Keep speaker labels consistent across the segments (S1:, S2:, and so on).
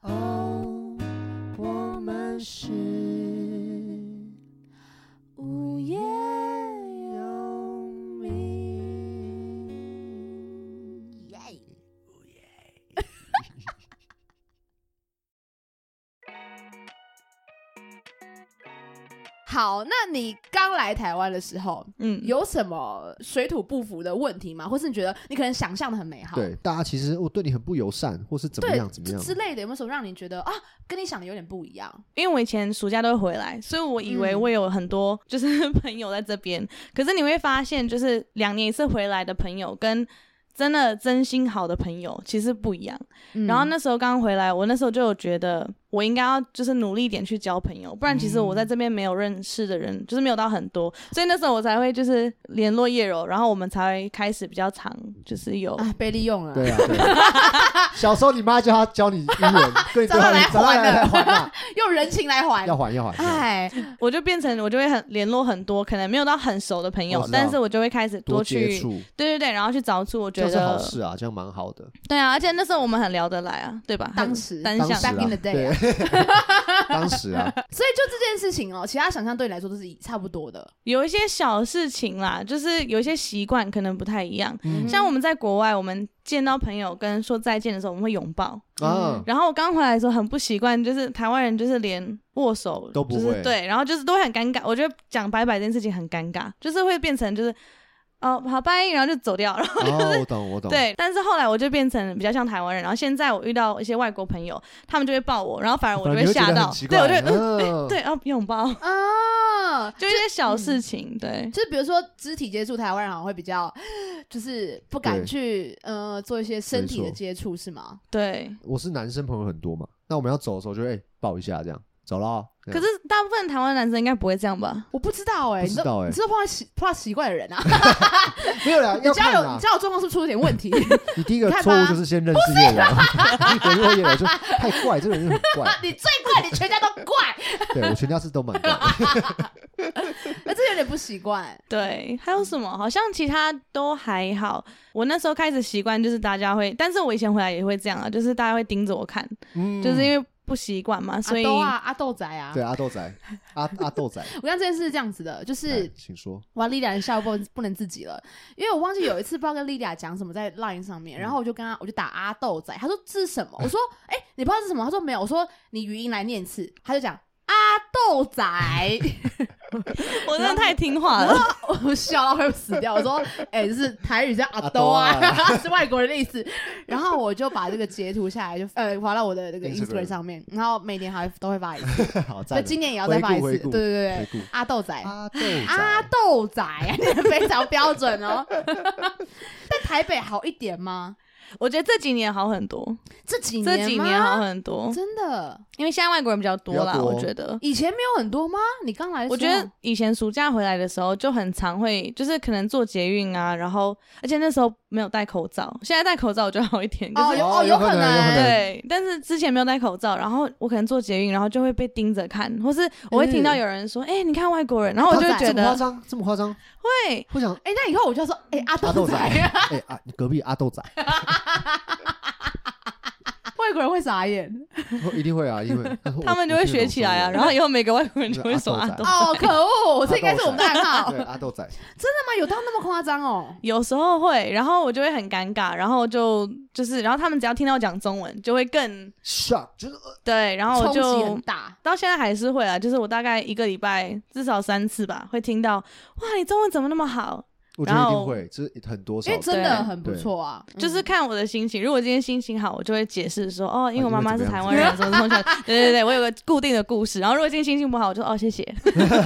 S1: 哦我们是无业游民。
S2: 耶！
S1: 好，那你刚来台湾的时候，
S3: 嗯，
S1: 有什么水土不服的问题吗？或是你觉得你可能想象的很美好，
S2: 对，大家其实我对你很不友善，或是怎么
S1: 对
S2: 样怎么样，
S1: 之类的，有没有什么让你觉得啊，跟你想的有点不一样？
S3: 因为我以前暑假都会回来，所以我以为
S1: 嗯
S3: 我有很多就是朋友在这边。可是你会发现，就是两年一次回来的朋友跟真的真心好的朋友其实不一样。
S2: 嗯
S3: 然后那时候刚回来，我那时候就有觉得我应该要就是努力一点去交朋友，不然其实我
S2: 嗯
S3: 在这边没有认识的人，就是没有到很多，所以那时候我才会就是联络叶柔，然后我们才会开始比较长，就是有
S1: 啊，被利用了，
S2: 对啊，对啊。小时候你妈教他教你英文，对，啊
S1: 早上来
S2: 早上
S1: 还
S2: 来
S1: 的
S2: 还啊，
S1: 用人情来还
S2: 要。还要还。要还
S1: 哎，
S3: 我就变成我就会很联络很多，可能没有到很熟的朋
S2: 我
S3: 友，
S2: 哦知道
S3: 但是我就会开始
S2: 多接
S3: 去，
S2: 触，
S3: 对对对，然后去找出我
S2: 这
S3: 觉
S2: 样是好
S3: 得
S2: 事啊，这样蛮好的。
S3: 对啊，而且那时候我们很聊得来啊，对吧？
S1: 当
S3: 很
S1: 时
S3: 单
S2: 当时啊
S3: 向
S1: Back in the day 啊
S2: 对，当时啊，
S1: 所以就这件事情哦，其他想象对你来说都是差不多的。
S3: 有一些小事情啦，就是有一些习惯可能不太一样。
S2: 嗯
S3: 像我们在国外，我们见到朋友跟说再见的时候，我们会拥抱。
S2: 啊，
S3: 然后我刚回来的时候很不习惯，就是台湾人就是连握手
S2: 都不会
S3: 就是对，然后就是都会很尴尬。我觉得讲拜拜这件事情很尴尬，就是会变成就是哦好拜，然后就走掉，然后
S2: 哦，我懂，我懂。
S3: 对。但是后来我就变成比较像台湾人，然后现在我遇到一些外国朋友，他们就会抱我，然后反而我就
S2: 反而你会觉
S3: 吓
S2: 得很
S3: 到，
S2: 奇
S3: 对，我就
S2: 怪
S3: 会、嗯
S2: 嗯
S3: 对啊拥抱，
S1: 啊，
S3: 就一嗯些小事情，对。
S1: 就是比如说肢体接触，台湾人好像会比较，就是不敢
S2: 对
S1: 去呃做一些身体
S2: 没
S1: 的
S2: 错
S1: 接触，是吗？
S3: 对，
S2: 我是男生朋友很多嘛，那我们要走的时候就哎、抱一下这样，走了啊。这
S3: 可
S2: 样
S3: 是大部分台湾男生应该不会这样吧？
S1: 我不知道哎、
S2: 不
S1: 你
S2: 知
S1: 都
S2: 道哎
S1: 你知道碰到奇碰到奇怪的人啊，
S2: 没有啦，
S1: 你
S2: 要
S1: 家
S2: 看啊
S1: 有
S2: 啦
S1: 你。家有状况是不是出了点问 题？啊
S2: 你第一个
S1: 你看
S2: 错误
S1: 吧
S2: 就是先认识叶 柔，联络叶柔就太怪，这个人很怪。
S1: 你最怪，你全家都怪，
S2: 对我全家是都蛮怪的，
S1: 那这有点不习惯。
S3: 对，还有什么？好像其他都还好。我那时候开始习惯，就是大家会，但是我以前回来也会这样啊，就是大家会盯着我看，
S2: 嗯，
S3: 就是因为不习惯嘛，所以
S1: 阿豆啊，阿豆仔啊，
S2: 对阿豆仔，阿阿豆 仔
S1: 我看这件事是这样子的，就
S2: 哎
S1: 是
S2: 请说，
S1: 哇，莉莉下不不能自己了，因为我忘记有一次不知道跟莉莉讲什么在 Line 上
S2: 嗯
S1: 面，然后我就跟她，我就打阿豆仔，她说这是什么？我说 哎、你不知道这是什么？她说没有，我说你语音来念一次，她就讲阿豆仔，
S3: 我真的太听话
S1: 然
S3: 了。
S1: 后我笑到快要死掉，我 说哎、这是台语叫阿豆啊，
S2: 阿
S1: 是外国人的意思。然后我就把这个截图下来，就呃发到我的那个
S2: Instagram
S1: Instagram 上面，然后每年还都会发一次，
S2: 好
S1: 所
S2: 赞
S1: 以
S2: 哦。
S1: 今年也要再发一次，
S2: 回
S1: 对对
S2: 顾回顾
S1: 对
S2: 回
S1: 对，
S2: 顾
S1: 阿豆仔，
S2: 阿豆仔，
S1: 阿豆仔， 你的非常标准 哦。在台北好一点吗？
S3: 我觉得这几年好很多，
S1: 这几年
S3: 这几
S1: 吗
S3: 年好很多，
S1: 真的，
S3: 因为现在外国人比较多啦，
S2: 比较多
S3: 我觉得。
S1: 以前没有很多吗？你刚来的时候，
S3: 我觉得以前暑假回来的时候就很常会，就是可能坐捷运啊，然后而且那时候没有戴口罩，现在戴口罩我觉得好一点，就是
S1: 哦有
S2: 哦
S1: 哦
S2: 有可
S1: 可
S2: 能有可能
S3: 对，但是之前没有戴口罩，然后我可能坐捷运，然后就会被盯着看，或是我会
S1: 嗯
S3: 听到有人说：“哎、你看外国人。”然后我就会觉
S2: 这么夸
S3: 得
S2: 张，这么夸张，
S3: 会。
S2: 我想
S1: 哎、那以后我就说，哎、阿
S2: 阿豆
S1: 豆
S2: 仔，
S1: 仔，
S2: 哎啊，隔壁阿豆仔，
S1: 外国人会傻眼。
S2: 一定会啊， 因为
S3: 他们就会学起来 啊，然后以后每个外国人就会说啊
S2: 阿
S3: 阿
S2: 斗
S3: 斗。
S1: 哦，可恶，这应该是我们的暗
S2: 后
S1: 号。
S2: 对阿豆仔，
S1: 那么有到那么夸张哦？
S3: 有时候会，然后我就会很尴尬，然后就就是，然后他们只要听到我讲中文，就会更
S2: shock，就是呃
S3: 对，然后我
S1: 冲击
S3: 就
S1: 很大。
S3: 到现在还是会啊，就是我大概一个礼拜至少三次吧，会听到哇，你中文怎么那么好？
S2: 我觉得一
S3: 然
S2: 定
S3: 后
S2: 会，就是很多少
S1: 因为真
S3: 对
S1: 的很不错啊，嗯
S3: 就是看我的心情。如果今天心情好，我就会解释说，哦，因为我妈妈是台湾
S1: 因
S3: 人，
S1: 为
S3: 什么从小， 对对对，我有个固定的故事。然后如果今天心情不好，我就哦谢 谢。
S1: 因为那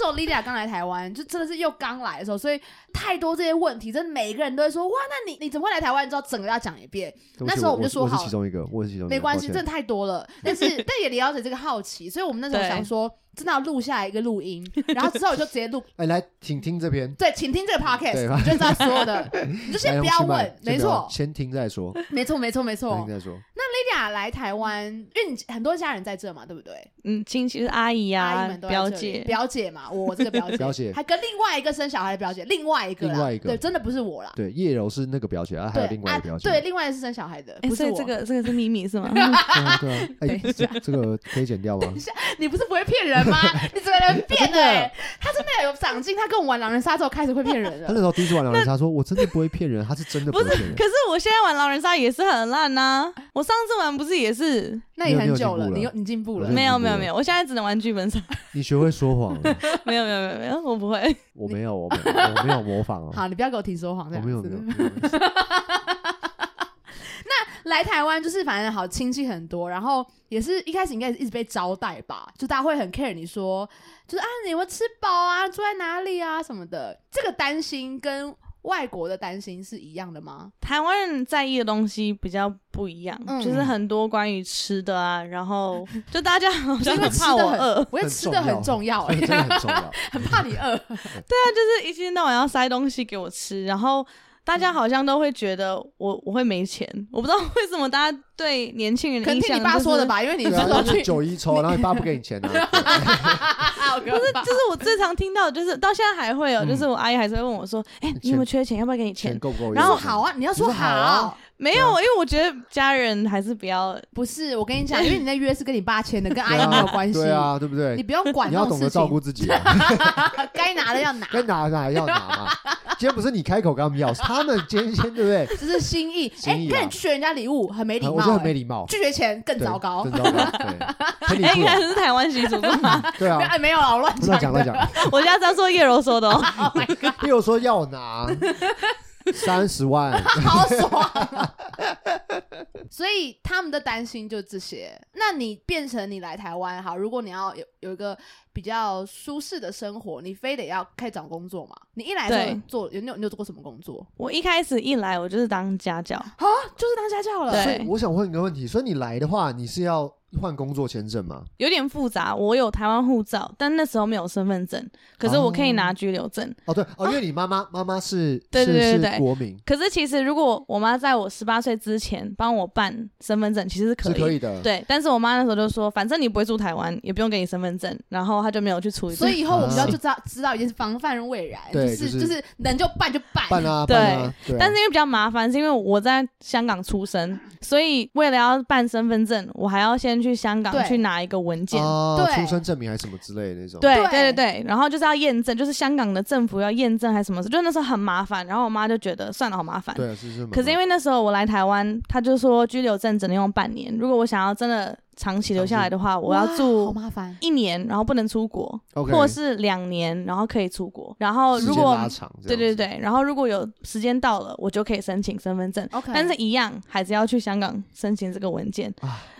S1: 时候 Lilia 刚来台湾，就真的是又刚来的时候，所以太多这些问题，真的每一个人都会说哇，那你你怎么会来台湾？你知道整个要讲一遍，
S2: 对不起
S1: 那时候
S2: 我
S1: 我们就说
S2: 我是
S1: 好
S2: 其中一个，我是其中一个，
S1: 没关系，
S2: 嗯抱
S1: 真
S2: 歉
S1: 的太多了。但是但也了解这个好奇，所以我们那时候
S3: 对
S1: 想说，真的要录下来一个录音，然后之后我就直接录。
S2: 哎，来，请听这边，
S1: 对，请听这个 podcast，
S2: 对
S1: 你就知道所有的，你就
S2: 来
S1: 先
S2: 龙
S1: 不要
S2: 去脉
S1: 问，
S2: 哦先
S1: 没
S2: 不要
S1: 错，
S2: 先听再说，
S1: 没错，没错，没
S2: 先听
S1: 错。
S2: 再说。
S1: 莉莉亚来台湾，因为你很多家人在这嘛，对不对？
S3: 嗯，亲戚是阿姨
S1: 阿姨
S3: 啊
S1: 们，都在
S3: 表
S1: 这里
S3: 姐，
S1: 表姐嘛，我这个表姐，
S2: 表姐
S1: 还跟另外一个生小孩的表姐，另外一个啦，
S2: 另外一个
S1: 对，真的不是我啦，
S2: 对，叶柔是那个表姐，啊，还有另外一个表姐。
S1: 啊，对，另外一个是生小孩的，
S3: 哎，
S1: 不是
S3: 所以
S1: 我。
S3: 这个这个是秘 密是吗？
S2: 对啊，对啊。哎
S1: 等一下，
S2: 这个可以剪掉吗？
S1: 你不是不会骗人 吗？你整个人变了、欸，他真的有长进，他跟我玩狼人杀之后开始会骗人
S2: 他
S1: 了。
S2: 那时候第一次玩狼人杀，说我真的不会骗人，他是真的不
S3: 不
S2: 会
S3: 是
S2: 骗人，
S3: 可。是我现在玩狼人杀也是很烂呐、我上次玩不是也是
S1: 那也很久了，
S2: 你有
S1: 你
S2: 你
S1: 又
S2: 有
S1: 你进步
S2: 我
S1: 了
S2: 觉得。
S3: 没有没有没有，我现在只能玩剧本杀，
S2: 你学会说谎了，
S3: 没有没有没有没有，我不会。
S2: 我没有，我没有，我没有模仿哦，
S1: 好，你不要给我提说谎这
S2: 我
S1: 样
S2: 没有，没有
S1: 子。
S2: 没有。没有
S1: 来台湾就是反正好亲戚很多，然后也是一开始应该是一直被招待吧，就大家会很 care 你说，就是啊你有没有吃饱啊，住在哪里啊什么的。这个担心跟外国的担心是一样的吗？
S3: 台湾人在意的东西比较不一样，
S1: 嗯
S3: 就是很多关于吃的啊，然后就大家好像
S1: 因为
S3: 很
S1: 吃
S3: 怕
S1: 的
S3: 我
S1: 很
S3: 饿，，
S1: 我觉得吃的很重要、
S2: 这个
S1: 欸，
S2: 真的很重要。
S1: 很怕你饿。
S3: 他 就是一天到晚要塞东西给我吃，然后大家好像都会觉得我我会没钱，我不知道为什么大家对年轻人
S1: 可
S3: 的
S1: 能
S3: 印
S1: 听
S3: 象、
S1: 你
S3: 就是、
S1: 爸说的，吧，因 为你
S2: 对啊
S1: 是都
S2: 就
S1: 去
S2: 是九一抽，然后你爸不给你钱啊，
S1: 不是
S3: 就是我最常听到，就是到现在还会有，
S2: 嗯
S3: 就是我阿姨还是会问我说，哎、你有没有缺钱？要不要给你
S2: 钱
S3: 钱？
S2: 够不够用？
S1: 然后好啊，你要说
S2: 你说好啊
S3: 没有，因为我觉得家人还是比较
S1: 不是我跟你讲，因为你那约是跟你爸签的，跟阿
S2: 对
S1: 姨
S2: 啊，
S1: 没有关系，
S2: 对啊，对不
S1: 你
S2: 对？
S1: 不用管
S2: 你
S1: 那
S2: 要
S1: 种
S2: 懂
S1: 事
S2: 得照
S1: 情
S2: 顾，自己啊，
S1: 该拿的要拿，
S2: 该拿的还要拿嘛。今天不是你开口跟他们要，是他们今天先对不对？
S1: 这是心 意。
S2: 心
S1: 哎，
S2: 意啊
S1: 看你拒绝人家礼物很没礼
S2: 啊
S1: 貌，
S2: 我觉得很没
S1: 哎
S2: 礼貌，
S1: 拒绝钱更糟糕
S2: 对。真糟糕。对， 赔
S3: 哎，
S2: 礼
S3: 应
S2: 不
S3: 该
S2: 了。
S3: 是台湾习俗吧？
S2: 对啊，
S1: 哎，没有啦，我乱
S2: 乱
S1: 讲，oh
S2: 讲乱
S1: 的。
S2: 讲。
S3: 我家在说叶柔说的哦，
S2: 例如说要 拿三十万，
S1: 好爽、啊。 所以他们的担心就这些。那你变成你来台湾好，如果你要有有一个比较舒适的生活，你非得要开始找工作嘛？你一来
S3: 对
S1: 就做，有你有你有做过什么工作
S3: 我一开始一来我就是当家教，
S1: 啊？就是当家教了。
S3: 对
S2: 所以我想问一个问题：，所以你来的话，你是要换工作签证吗？
S3: 有点复杂。我有台湾护照，但那时候没有身份证，可是我可以拿居留证。
S2: 哦，对，哦，因为你妈妈妈妈是
S3: 啊对对对
S2: 是
S3: 对
S2: 是国民，
S3: 可是其实如果我妈在我十八岁之前帮我办身份证，其实是可
S2: 是
S3: 以。
S2: 可以的。
S3: 对，但是我妈那时候就说，反正你不会住台湾，也不用给你身份证，然后她就没有去处理这。
S1: 所以以后我们就要
S2: 啊
S1: 就知道知道一件事，防范未然，就
S2: 对
S1: 是
S2: 就是
S1: 就是能就办就办。
S2: 办啊，
S3: 对
S2: 办啊，对啊。
S3: 但是因为比较麻烦，是因为我在香港出生，所以为了要办身份证，我还要先去香港
S1: 对
S3: 去拿一个文件。
S2: 哦，
S1: 对
S2: 出生证明还是什么之类的那种。
S3: 对
S1: 对
S3: 对对对，然后就是要验证，就是香港的政府要验证还是什么，就那时候很麻烦。然后我妈就觉得算了，好麻烦。
S2: 对，啊是是。
S3: 可是
S2: 为
S3: 因为那时候我来台湾，她就说居留证只能用半年，如果我想要真的长期留下来的话，我要
S1: 哇好
S3: 住
S1: 麻烦。
S3: 一年，然后不能出国，
S2: OK，
S3: 或是两年，然后可以出国。然后
S2: 时
S3: 如
S2: 间
S3: 果
S2: 拉长，这
S3: 对
S2: 样
S3: 对
S2: 子，
S3: 对，然后如果有时间到了，我就可以申请身份证。
S1: OK，
S3: 但是一样还是要去香港申请这个文件。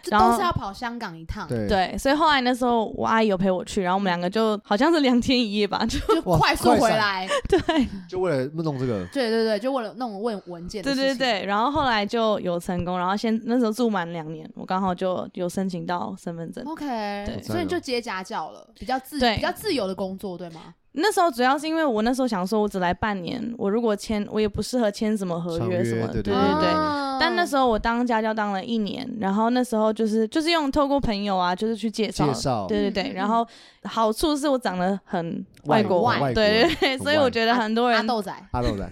S1: 这
S3: 然后
S1: 都是要跑香港一趟，
S2: 对对，
S3: 对，所以后来那时候我阿姨有陪我去，然后我们两个就好像是两天一夜吧， 就
S1: 就
S2: 哇
S1: 快速
S2: 快闪
S1: 回来。
S3: 对
S2: 就为了弄这个，
S1: 对对对，就为了弄问文件的
S3: 对
S1: 事
S3: 对
S1: 情。
S3: 对，然后后来就有成功，然后先那时候住满两年，我刚好就有申请到身份证。
S1: OK，
S3: 对
S1: 所以你就接家教了，比较自
S3: 对
S1: 比较自由的工作，对吗？
S3: 那时候主要是因为我那时候想说，我只来半年，我如果签，我也不适合签什么合
S2: 长
S3: 约什
S2: 约
S3: 么，
S2: 对
S3: 对
S2: 对对
S3: 对。
S1: 哦
S3: 但那时候我当家教当了一年，然后那时候就是就是用透过朋友啊，就是去介绍
S2: 介，绍
S1: 嗯
S3: 对对
S1: 嗯
S3: 对。
S1: 嗯
S3: 然后好处是我长得很
S2: 外
S3: 外国，
S1: 外啊
S2: 外国
S3: 对对对，
S2: 很
S3: 所以我
S2: 外
S3: 觉得很多
S1: 阿
S3: 人，
S1: 豆仔，
S2: 阿豆 来，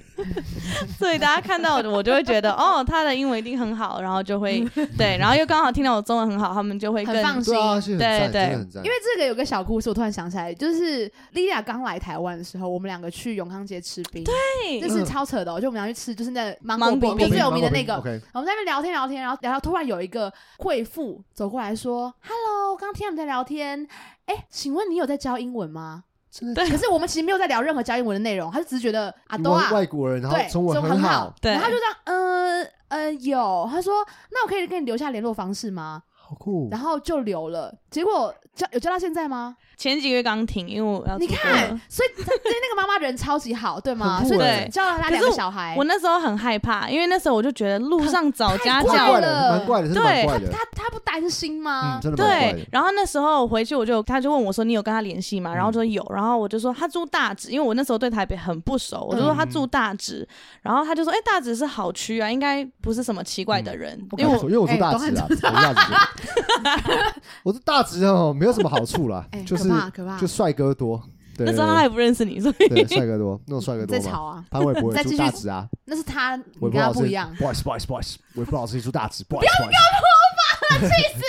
S3: 所以大家看到我，我就会觉得 哦，他的英文一定很好，然后就会对，然后又刚好听到我中文很好，他们就会
S1: 很
S3: 更
S1: 放心
S2: 对啊，是很
S3: 对
S2: 赞，真
S3: 对
S2: 的很赞。
S1: 因为这个有个小故事，我突然想起来，就是莉莉亚刚来台湾的时候，我们两个去永康街吃冰，对，这是
S2: 嗯
S1: 超扯的哦、就我们俩去吃，就是那芒
S3: 芒
S1: 果
S3: 果
S1: 冰，
S3: 冰
S1: 就最有名的
S2: 芒果
S1: 那
S2: 冰
S1: 个，
S2: ，OK，
S1: 我们在那边聊天聊天，然后聊到突然有一个贵妇走过来说：“Hello，我刚听到你们在聊天，哎、请问你有在教英文吗
S2: 真？”的
S3: 对
S1: 可是我们其实没有在聊任何教英文的内容，他就只是觉得啊，
S2: 你
S1: 都啊
S2: 问，外国人，然后
S1: 对，
S2: 中文
S1: 很
S2: 很好，
S3: 对
S1: 然后他就这样，呃呃，有，他说：“那我可以跟你留下联络方式吗？”
S2: 好酷
S1: 然。后就留了。结果交有交到现在吗？
S3: 前几个月刚停，因为我要
S1: 你
S3: 出国
S1: 看
S3: 了，
S1: 所以对那个妈妈人超级好，对吗？
S2: 很
S1: 所
S2: 酷
S1: 以
S3: 欸
S1: 交了他两
S3: 可是
S1: 个
S3: 我
S1: 小孩
S3: 我。那时候很害怕，因为那时候我就觉得路上找家
S1: 太
S2: 蛮
S1: 怪
S3: 教
S1: 了
S2: 怪的，蛮怪的，真的蛮
S3: 对
S2: 怪的，
S1: 他他不担心吗
S2: 嗯，？真的蛮怪
S3: 对
S2: 的，。
S3: 然后那时候回去我就，他就问我说：“你有跟他联系
S1: 嗯
S3: 吗？”然后说有，然后我就说他住大直，因为我那时候对台北很不熟，我就
S1: 嗯
S3: 说他住大直，然后他就说：“哎，大直是好区啊，应该不是什么奇怪
S1: 嗯
S3: 的人。”
S2: 因
S3: 因为
S2: 为
S3: 我
S2: 我因为我是
S1: 哎
S2: 大
S1: 懂
S2: 直啊，我是大直人， 我是大直哦，没有什么好处啦
S1: 哎，，
S2: 嗯就是
S1: 可怕可怕，
S2: 就帅哥多，对
S3: 那时候他还不认识你，所以
S2: 对帅哥多，那种帅哥
S1: 你
S2: 多
S1: 在
S2: 嘛。
S1: 吵啊，
S2: 潘玮 柏
S1: 再
S2: 也住
S1: 继续
S2: 大直啊，
S1: 那是他，你
S2: 我
S1: 跟他
S2: 也不老师
S1: 不一样。
S2: 不好意思，不好意思，不好意思，我不老师，你住大直，不好意思，不要我了，气死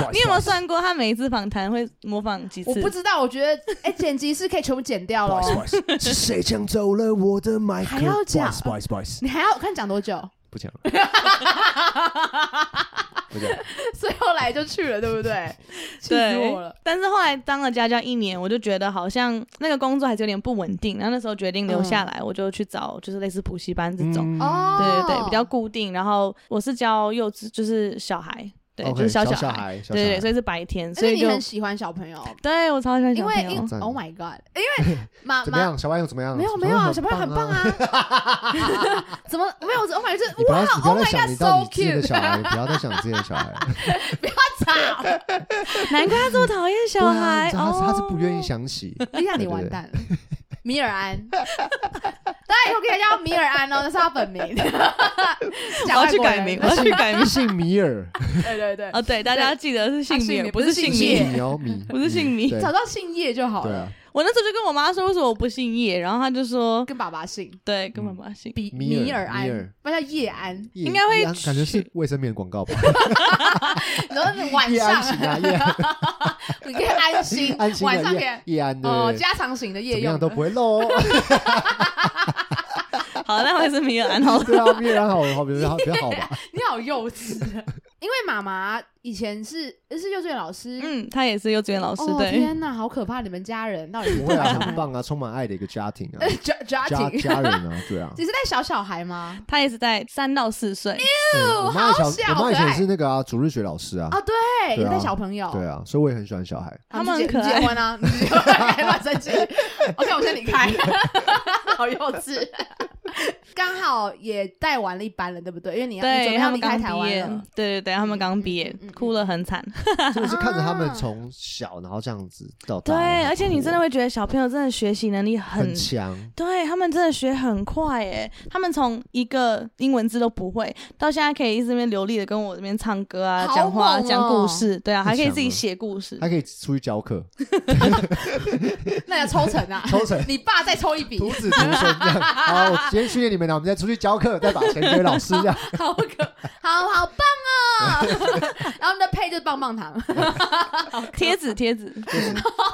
S2: 我了！
S3: 你有没有算过他每一次访谈会模仿几次？
S1: 我不知道，我觉得哎、剪辑是可以全部剪掉
S2: 不
S1: 咯
S2: 好。意思，不好意思，是谁抢走了我的麦克？
S1: 还要讲
S2: 不好意思，不好意思，
S1: 你还要我看讲多久？
S2: 嗯不 讲了，不讲了。
S1: 所以后来就去了，对不对？气死
S3: 对
S1: 我了！
S3: 但是后来当了家教一年，我就觉得好像那个工作还是有点不稳定，然后那时候决定留下
S1: 嗯
S3: 来，我就去找就是类似补习班这种，
S2: 嗯
S1: 哦，
S3: 对对对，比较固定。然后我是教幼稚，就是小孩，对
S2: OK，
S3: 就是
S2: 小
S3: 小
S2: 孩，小
S3: 对对
S2: 小
S3: 对，所以是白天，所
S1: 所以
S3: 以
S1: 你
S3: 就
S1: 很喜欢小朋友，
S3: 对我超喜欢
S1: 因
S3: 小
S1: 为
S3: 朋
S1: 因
S3: 友。
S2: 赞
S1: Oh my God，因为妈
S2: 怎么
S1: 妈
S2: 样？小朋友怎么样？
S1: 没有没有啊，小朋友很棒
S2: 啊！
S1: 啊， 怎么没有？Oh my God，就是
S2: 你不要
S1: 哇
S2: 你不要
S1: ，Oh
S2: 再
S1: my
S2: 想你
S1: God，so
S2: 到底自己的
S1: cute！
S2: 小孩，你不要再想自己的小孩。
S1: 操，
S3: 难怪他这么讨厌小 孩，
S2: 对啊你知道他是他是
S3: 哦
S2: 不愿意想起。
S1: 丽亚你完蛋了，米尔安， 大家以后可以叫米尔安哦，那是他本 名。
S3: 我
S1: 讲
S3: 要
S1: 外
S3: 去
S1: 国
S3: 改
S1: 人
S3: 名，我要去改名。
S2: 姓米尔，
S1: 对对对，
S3: 哦，对，大家要记得是姓
S1: 他姓
S3: 名，
S1: 名
S3: 不是姓
S1: 不是
S3: 名
S1: 姓。
S2: 米哦米，
S3: 不是姓米
S2: 对
S1: 找到姓叶就好
S2: 对
S1: 了，
S2: 啊，
S3: 我那时候就跟我妈说，为什么我不姓叶，然后她就说，
S1: 跟爸爸姓。
S3: 对，跟妈妈姓。
S1: 比
S2: 米尔
S1: 米尔
S2: 米尔
S1: 安，不然叫叶安，
S2: 应
S3: 该会
S2: 感觉是
S3: 取
S2: 卫生棉广告吧？
S1: 然后晚
S2: 叶
S1: 上
S2: 安行啊，叶安，
S1: 你可以安心
S2: 安心
S1: 晚上
S2: 的
S1: 可以
S2: 叶，叶安对
S1: 哦
S2: 对，对
S1: 加长型的夜
S2: 怎么
S1: 用
S2: 样都
S1: 的
S2: 不会漏哦。
S3: 好，那我还是米尔安好 了。
S2: 对啊，米尔安好好比较好比较好吧？
S1: 你好幼稚，啊因为妈妈以前是呃是幼稚园老师，
S3: 嗯，他也是幼稚园老师，
S1: 哦
S3: 对。
S1: 天哪，好可怕！你们家人到底
S2: 不会 啊，很棒啊，充满爱的一个家庭啊，
S1: 家 家
S2: 家
S1: 庭
S2: 家人啊，对 啊。
S1: 你是带小小孩吗？
S3: 他也是在三到四岁，
S2: 嗯我妈以
S1: 好
S2: 前
S1: 小
S2: 我妈以
S1: 可
S2: 前
S1: 爱
S2: 是那个啊主日学老师啊，
S1: 啊，对，
S2: 对
S1: 也
S2: 啊
S1: 带小朋友，
S2: 对啊，所以我也很喜欢小孩。
S1: 啊，
S3: 他们
S1: 你
S3: 很
S1: 结
S3: 可
S1: 你
S3: 爱
S1: 结婚啊， 你结婚乱生气。OK，我先离 开，好幼稚。刚好也带完了一班了，对不对？因为你要你准
S3: 对
S1: 备
S3: 他
S1: 要
S3: 们
S1: 离开
S3: 刚
S1: 台
S3: 毕
S1: 湾
S3: 业
S1: 了。，
S3: 对对对，他们刚毕业
S1: 嗯嗯嗯，
S3: 哭了很惨。
S2: 真的是看着 他们
S1: 啊
S2: 从小，然后这样子到大，
S3: 对，
S2: 很
S3: 而且
S2: 酷
S3: 你真的会觉得小朋友真的学习能力很
S2: 很，
S1: 嗯
S2: 强，
S3: 对他们真的学很快诶，他们从一个英文字都不会，到现在可以一直在那边流利的跟我这边唱歌啊、
S1: 好
S3: 讲话、
S1: 猛哦
S3: 讲故事，对啊，
S2: 太
S3: 还可以
S2: 强
S3: 自己
S2: 了
S3: 写故事
S2: 还。可以出去教课，
S1: 那要抽成啊，
S2: 抽成
S1: 你爸再抽一笔，
S2: 徒子徒孙这样。好，我今天训练你们了，我们再出去教课，再把钱给老师这 样。
S1: 好可，好好棒哦。 然后我们的配就是棒棒糖，
S3: 贴纸，贴纸，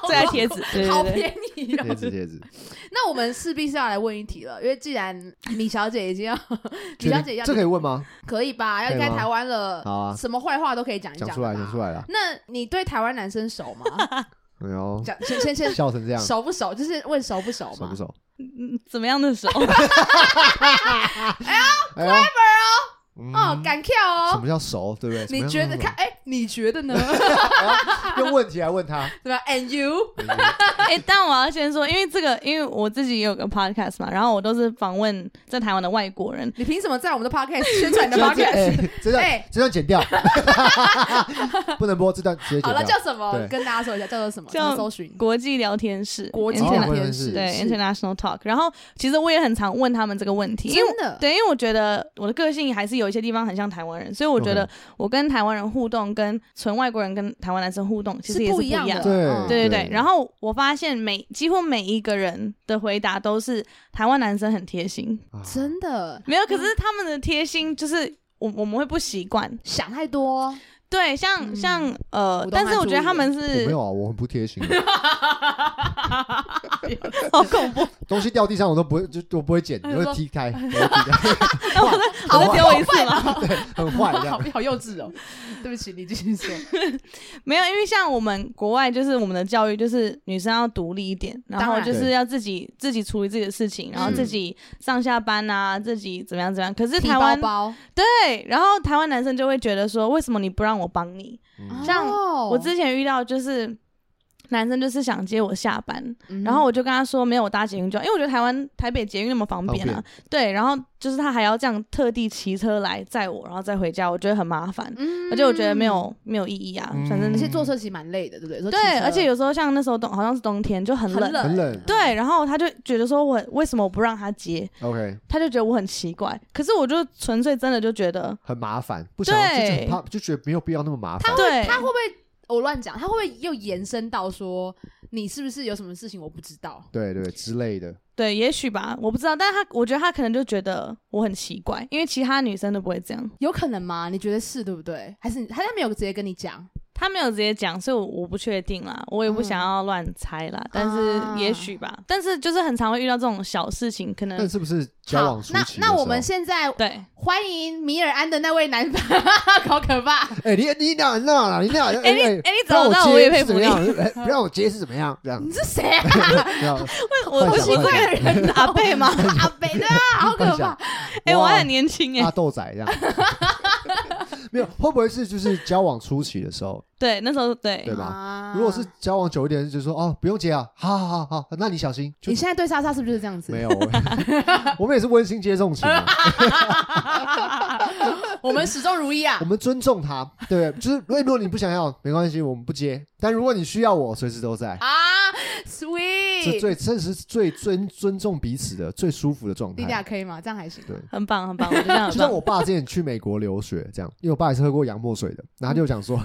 S3: 最爱贴纸，对
S1: 好
S3: 对对。
S1: 便宜
S2: 贴纸
S1: 哦。
S2: 贴纸，
S1: 那我们势必是要来问一题了，因为既然米小姐已经要，米小姐要
S2: 这可以问吗？
S1: 可以吧？要
S2: 可以
S1: 离
S2: 吗
S1: 开台湾了，
S2: 好啊
S1: 什么坏话都可以讲一
S2: 讲
S1: 讲啊
S2: 出来，
S1: 的吧
S2: 讲出来了。啊
S1: 那你对台湾男生熟吗？
S2: 哎呦，
S1: 讲先先先
S2: 笑成这样，
S1: 熟哦不熟？就是问熟不熟
S2: 熟
S1: 嘛
S2: 不？熟？
S3: 嗯怎么样的 手？
S2: 哎呦
S1: 哦，
S2: 嗯，
S1: 敢跳
S2: 什
S1: 哦
S2: 么？叫熟？对不对？
S1: 你觉得看？哎，你觉得呢？
S2: 用问题来问他，
S1: 对吧？And you？
S3: 哎、但我要先说，因为这个，因为我自己也有个 podcast 嘛，然后我都是访问在台湾的外国人。
S1: 你凭什么在我们的 podcast 宣 传你的
S2: 这段这
S1: podcast？
S2: 哎，这段
S1: 哎
S2: 这段 剪掉， 不能播这段直接
S1: 好
S2: 剪
S1: 了，
S2: 掉。
S1: 叫什么
S2: 对？
S1: 跟大家说一下，叫做什么？
S3: 叫
S1: 怎么搜寻
S3: 国际聊天室，
S1: 国际
S2: 哦
S1: 聊
S2: 会
S1: 天
S2: 员
S1: 室，
S2: 室
S3: 对
S1: 是
S3: international talk。然后其实我也很常问他们这个问题，因为
S1: 真的
S3: 对，因为我觉得我的个性还是有一些地方很像台湾人，所以我觉得我跟台湾人互动，跟纯外国人跟台湾男生互动，其实也是
S1: 不
S3: 不
S1: 一
S3: 一
S1: 样
S3: 样
S1: 的，
S3: 的。
S2: 对
S1: 嗯
S3: 对对对，然后我发现每几乎每一个人的回答都是台湾男生很贴心，
S2: 啊
S1: 真的
S3: 没有，可
S1: 嗯
S3: 是他们的贴心就是我我们会不习惯，
S1: 想太多，
S3: 对，像、
S1: 嗯
S3: 像呃
S1: 我，懂
S3: 但
S1: 他
S3: 是我
S1: 注
S3: 觉得
S1: 意
S3: 他们
S2: 我没
S3: 是
S2: 有啊，我很不贴心的。
S3: 好恐怖！
S2: 东西掉地上我都不会，就我不会捡，
S1: 哎
S2: 我
S1: 说
S2: 会踢 开，我会踢开，
S3: 好，只有一
S1: 哦
S3: 次吗？
S2: 对，很坏 这
S1: 好
S2: 样。
S1: 好幼稚哦。对不起，你继续 说。
S3: 没有，因为像我们国外就是我们的教育就是女生要独立一点，然
S1: 当
S3: 后
S1: 然
S3: 就是要自己自己处理自己的事情，然后自己上下班啊，自己怎么样怎么样。可是
S1: 嗯提
S3: 台湾
S1: 包
S3: 对，然后台湾男生就会觉得说，为什么你不让我帮你？
S2: 嗯
S1: 包，
S3: 嗯像
S1: 哦
S3: 我之前遇到就是男生就是想接我下班，
S1: 嗯
S3: 然后我就跟他说没有，我搭捷运就好，因为我觉得台湾台北捷运那么方便啊
S2: 方，
S3: 对，然后就是他还要这样特地骑车来载我，然后再回家，我觉得很麻烦，
S1: 嗯
S3: 而且我觉得没，有没有意义啊，
S2: 嗯
S3: 反正
S1: 而且坐车其实蛮累的，对不对？说骑
S3: 对，
S1: 车
S3: 而且有时候像那时候冬好像是冬天就很冷，
S1: 很冷，
S2: 很冷
S3: 对，然后他就觉得说我为什么我不让他接，
S2: OK，
S3: 他就觉得我很奇怪，可是我就纯粹真的就觉得。
S2: 很麻烦，不想要
S3: 对
S2: 就是很怕，就觉得没有必要那么麻烦。
S3: 对，
S1: 他会不会我乱讲？他会不会又延伸到说你是不是有什么事情我不知道？
S2: 对对之类的，
S3: 对，也许吧，我不知道，但是他我觉得他可能就觉得我很奇怪，因为其他女生都不会这样，
S1: 有可能吗？你觉得是对不对？还是还是他没有直接跟你讲？
S3: 他没有直接讲，所以我我不确定啦，我也不想要乱猜啦，但
S1: 啊
S3: 是也许吧，但是就是很常会遇到这种小事情，可能
S2: 但是不是交
S1: 好
S2: 往，初
S1: 那
S2: 期的时
S1: 那
S2: 候
S1: 我们现在
S3: 对，
S1: 欢迎米尔安的那位男， 好可怕！
S2: 哎，你你俩那啦，你 俩
S3: 哎、你哎、
S2: 哎，
S3: 你
S2: 不让
S3: 找
S2: 我
S3: 到我也
S2: 接是
S3: 佩
S2: 怎
S3: 服
S2: 么
S3: 你，
S2: 样？哎不让我接是怎么样？这样
S1: 你是谁啊？
S2: 这样
S3: 我
S2: 幻
S3: 我
S2: 想
S3: 奇怪的人 阿贝吗？
S1: 阿北的啊，好可
S2: 幻
S1: 怕
S2: 想！
S3: 哎、我
S2: 哇啊
S3: 还很年轻哎、
S2: 大豆仔这 样。没有，会不会是就是交往初期的时候？
S3: 对，那时候对
S2: 对吧
S1: 啊
S2: 如果是交往久一点，就说哦，不用接啊，好好好好，那你小心。就
S1: 你现在对莎莎是不是就是这样子？
S2: 没有， 我我们也是温馨接送 型的，啊
S1: 我们始终如一啊
S2: 我。们尊重他，对，就是如果你不想要，没关系，我们不接。但如果你需要我，随时都在，
S1: 啊
S2: 是
S1: ，sweet，
S2: 最这是最尊尊重彼此的最舒服的状
S1: 你俩
S2: 态。
S1: 可以吗？这样还行吗。
S2: 对
S3: 很棒很棒，我觉得这样
S2: 就
S3: 很
S2: 像
S3: 棒。
S2: 我爸之前去美国留学这样，因为我爸也是喝过洋墨水的，然后他就讲说，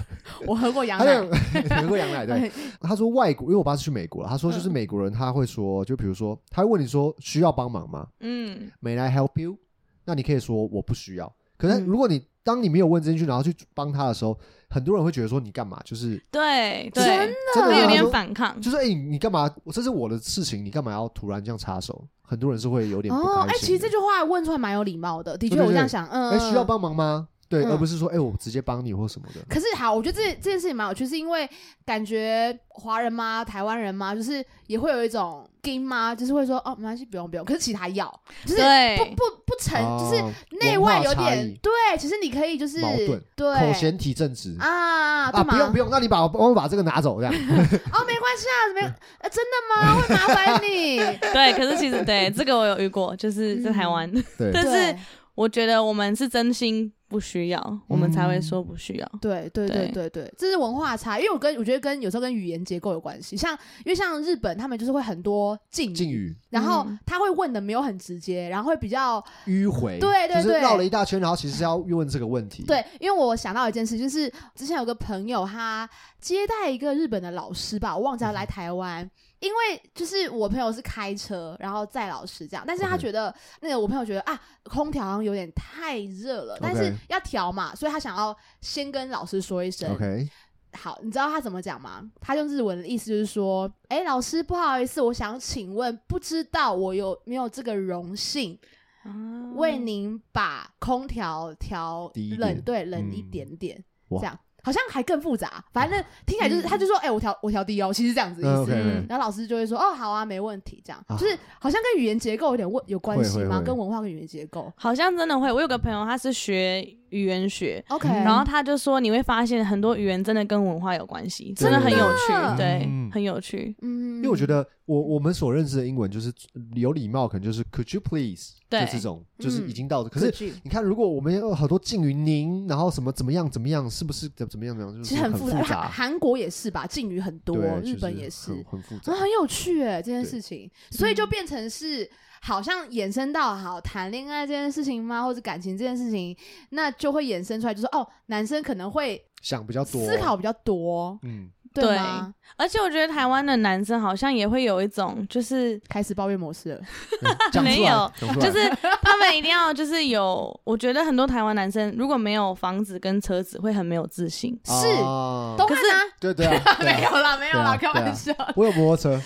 S1: 我喝过羊
S2: 他
S1: 奶
S2: 就， 喝嗯过洋奶，嗯对，他说外国，因为我爸是去美国了，他说就是美国人他会说，就比如说他会问你说需要帮忙吗
S3: 嗯，
S2: ？May I help you？那你可以说我不需要。可是
S1: 嗯
S2: 如果你、当你没有问这一句，然后去帮他的时候，很多人会觉得说你干嘛？就是
S3: 对
S2: 就是
S3: 对，
S2: 真的
S3: 会有
S2: 他
S3: 点
S2: 说
S3: 反抗。
S2: 就是哎、你干嘛？这是我的事情，你干嘛要突然这样插手？很多人是会有点不开心的。
S1: 哦，哎、其实这句话问出来蛮有礼貌的，的确
S2: 对对
S1: 我这样
S2: 对
S1: 想，嗯，
S2: 哎、
S1: 嗯
S2: 需要。帮忙吗？对，
S1: 嗯
S2: 而不是说哎、我直接帮你或什么的。
S1: 可是好，我觉得这这件事情蛮有趣，是因为感觉华人嘛、台湾人嘛，就是也会有一种 game 嘛，就是会说哦，没关系，不用不用。可是其他要，就是
S3: 对
S1: 不不不成，就是
S2: 哦
S1: 内外有
S2: 文化差
S1: 点
S2: 异
S1: 对。其实你可以就是
S2: 矛盾
S1: 对
S2: 口嫌体正直
S1: 啊，对
S2: 啊，
S1: 吗？
S2: 不用不用，那你把帮我把这个拿走这 样。
S1: 哦，没关系啊，没有、呃，真的吗？会麻烦 你。
S3: 对，可是其实对这个我有遇过，就是在台湾，
S2: 嗯对，
S3: 但是
S1: 对
S3: 我觉得我们是真心不需要，我们才会说不需要。
S1: 对对对对对，这是文化差，因为我跟我觉得跟有时候跟语言结构有关系，像因为像日本他们就是会很多敬
S2: 敬语
S1: 然后
S3: 嗯
S1: 他会问的没有很直接，然后会比较
S2: 迂回，
S1: 对对
S2: 就是
S1: 对
S2: 绕了一大圈，然后其实是要问这个问题。
S1: 对，因为我想到一件事，就是之前有个朋友他接待一个日本的老师吧，我忘记他来台湾。因为就是我朋友是开车，然后载老师这样，但是他
S2: OK
S1: 觉得那个我朋友觉得啊，空调好像有点太热了，但啊是
S2: OK
S1: 要调嘛，所以他想要先跟老师说一声。
S2: ，OK，
S1: 好，你知道他怎么讲吗？他用日文的意思就是说：“哎、老师，不好意思，我想请问，不知道我有没有这个荣幸
S3: 啊
S1: 为您把空调调
S2: 嗯低一
S1: 冷，
S2: 点
S1: 对，冷
S2: 嗯
S1: 一点点，
S2: 哇
S1: 这样好像还更复杂。反正听起来就是，他就说：‘哎、我调我调低哦’，其实这样子的
S2: 嗯
S1: 意思。
S2: ，OK，
S3: 嗯
S1: 然后老师就会说：‘哦，好啊，没问题。’这样、
S2: 啊
S1: 就是好像跟语言结构有点问有关
S2: 会
S1: 系
S2: 会
S1: 吗？
S2: 会
S1: 跟文化跟语言结构
S3: 好像真的会。我有个朋友，他是学语言学，
S1: ？OK，、
S2: 嗯
S3: 然后他就说，你会发现很多语言真的跟文化有关系，真的很有趣，对
S2: 嗯，
S3: 很有趣，
S1: 嗯，
S2: 因为我觉得我我们所认识的英文就是有礼貌，可能就是 Could you please，就
S3: 对
S2: 这种，就是
S1: 嗯
S2: 已经到。可是
S1: 这句
S2: 你看，如果我们有好多敬语您，然后什么怎么样怎么样，是不是怎怎么样怎么样，就
S1: 其
S2: 是
S1: 实很
S2: 复
S1: 复杂，韩韩国也是吧，敬语很多
S2: 对，，
S1: 日
S2: 就是
S1: 本也是，啊
S2: 很很复杂
S1: 真的。很有趣哎，这件
S2: 对嗯
S1: 事情，所以就变成是好像衍生到好谈恋爱这件事情吗，或者感情这件事情，那就会衍生出来，就是哦，男生可能会
S2: 想比较多，
S1: 思考，比较多，
S2: 嗯，
S1: 对吗？
S3: 而且我觉得台湾的男生好像也会有一种，就是
S1: 开始抱怨模式了，
S2: 嗯讲出来
S3: 没有
S2: 讲出来
S3: 就是他们一定要就是有，我觉得很多台湾男生如果没有房子跟车子，会很没有自信。
S1: 是
S2: 啊
S1: 都
S3: 可
S1: 看
S3: 是
S1: 啊，
S2: 对对啊， 对
S1: 没有
S2: 啊
S1: 啦，没有啦，
S2: 对
S1: 开
S2: 啊
S1: 玩笑。
S2: 我有摩托车，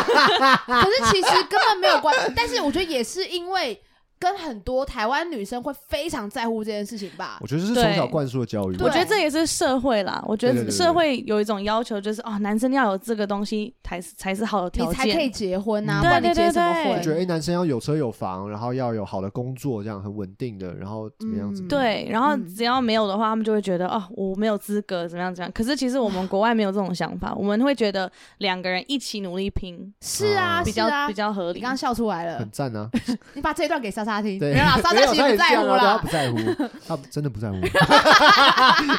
S1: 可是其实根本没有关系，但是我觉得也是因为跟很多台湾女生会非常在乎这件事情吧。
S2: 我觉得这是
S3: 对
S2: 从小灌输的教育。
S3: 我
S1: 对
S3: 觉得这也是社会啦，我觉
S2: 对对
S3: 得
S2: 对对
S3: 社会有一种要求，就是哦，男生要有这个东西才是才是好的
S1: 你
S3: 条
S1: 才可以
S3: 件。
S1: 结婚
S2: 嗯
S1: 啊，不然你
S3: 对对
S1: 结
S3: 对
S1: 什么
S3: 对
S2: 我觉得
S1: 婚？
S2: 哎，男生要有车有房，然后要有好的工作，这样很稳定的，然后怎么样
S1: 嗯
S2: 子？
S3: 对，然后
S1: 嗯
S3: 只要没有的话，他们就会觉得哦，我没有资格怎么样怎么样。可是其实我们国外没有这种想法，我们会觉得两个人一起努力拼
S1: 是啊，
S2: 哦
S3: 比
S1: 是
S3: 较、
S1: 啊
S3: 比。较合
S1: 你
S3: 理
S1: 刚。刚笑出来了
S2: 很，赞啊！
S1: 你把这一段给莎莎听。
S2: 对，
S1: 没有啦，莎莎其实
S2: 没
S1: 不
S2: 有
S1: 在乎
S2: 他
S1: 啦
S2: 也。是这样啊对他不在乎，他真的不 在乎，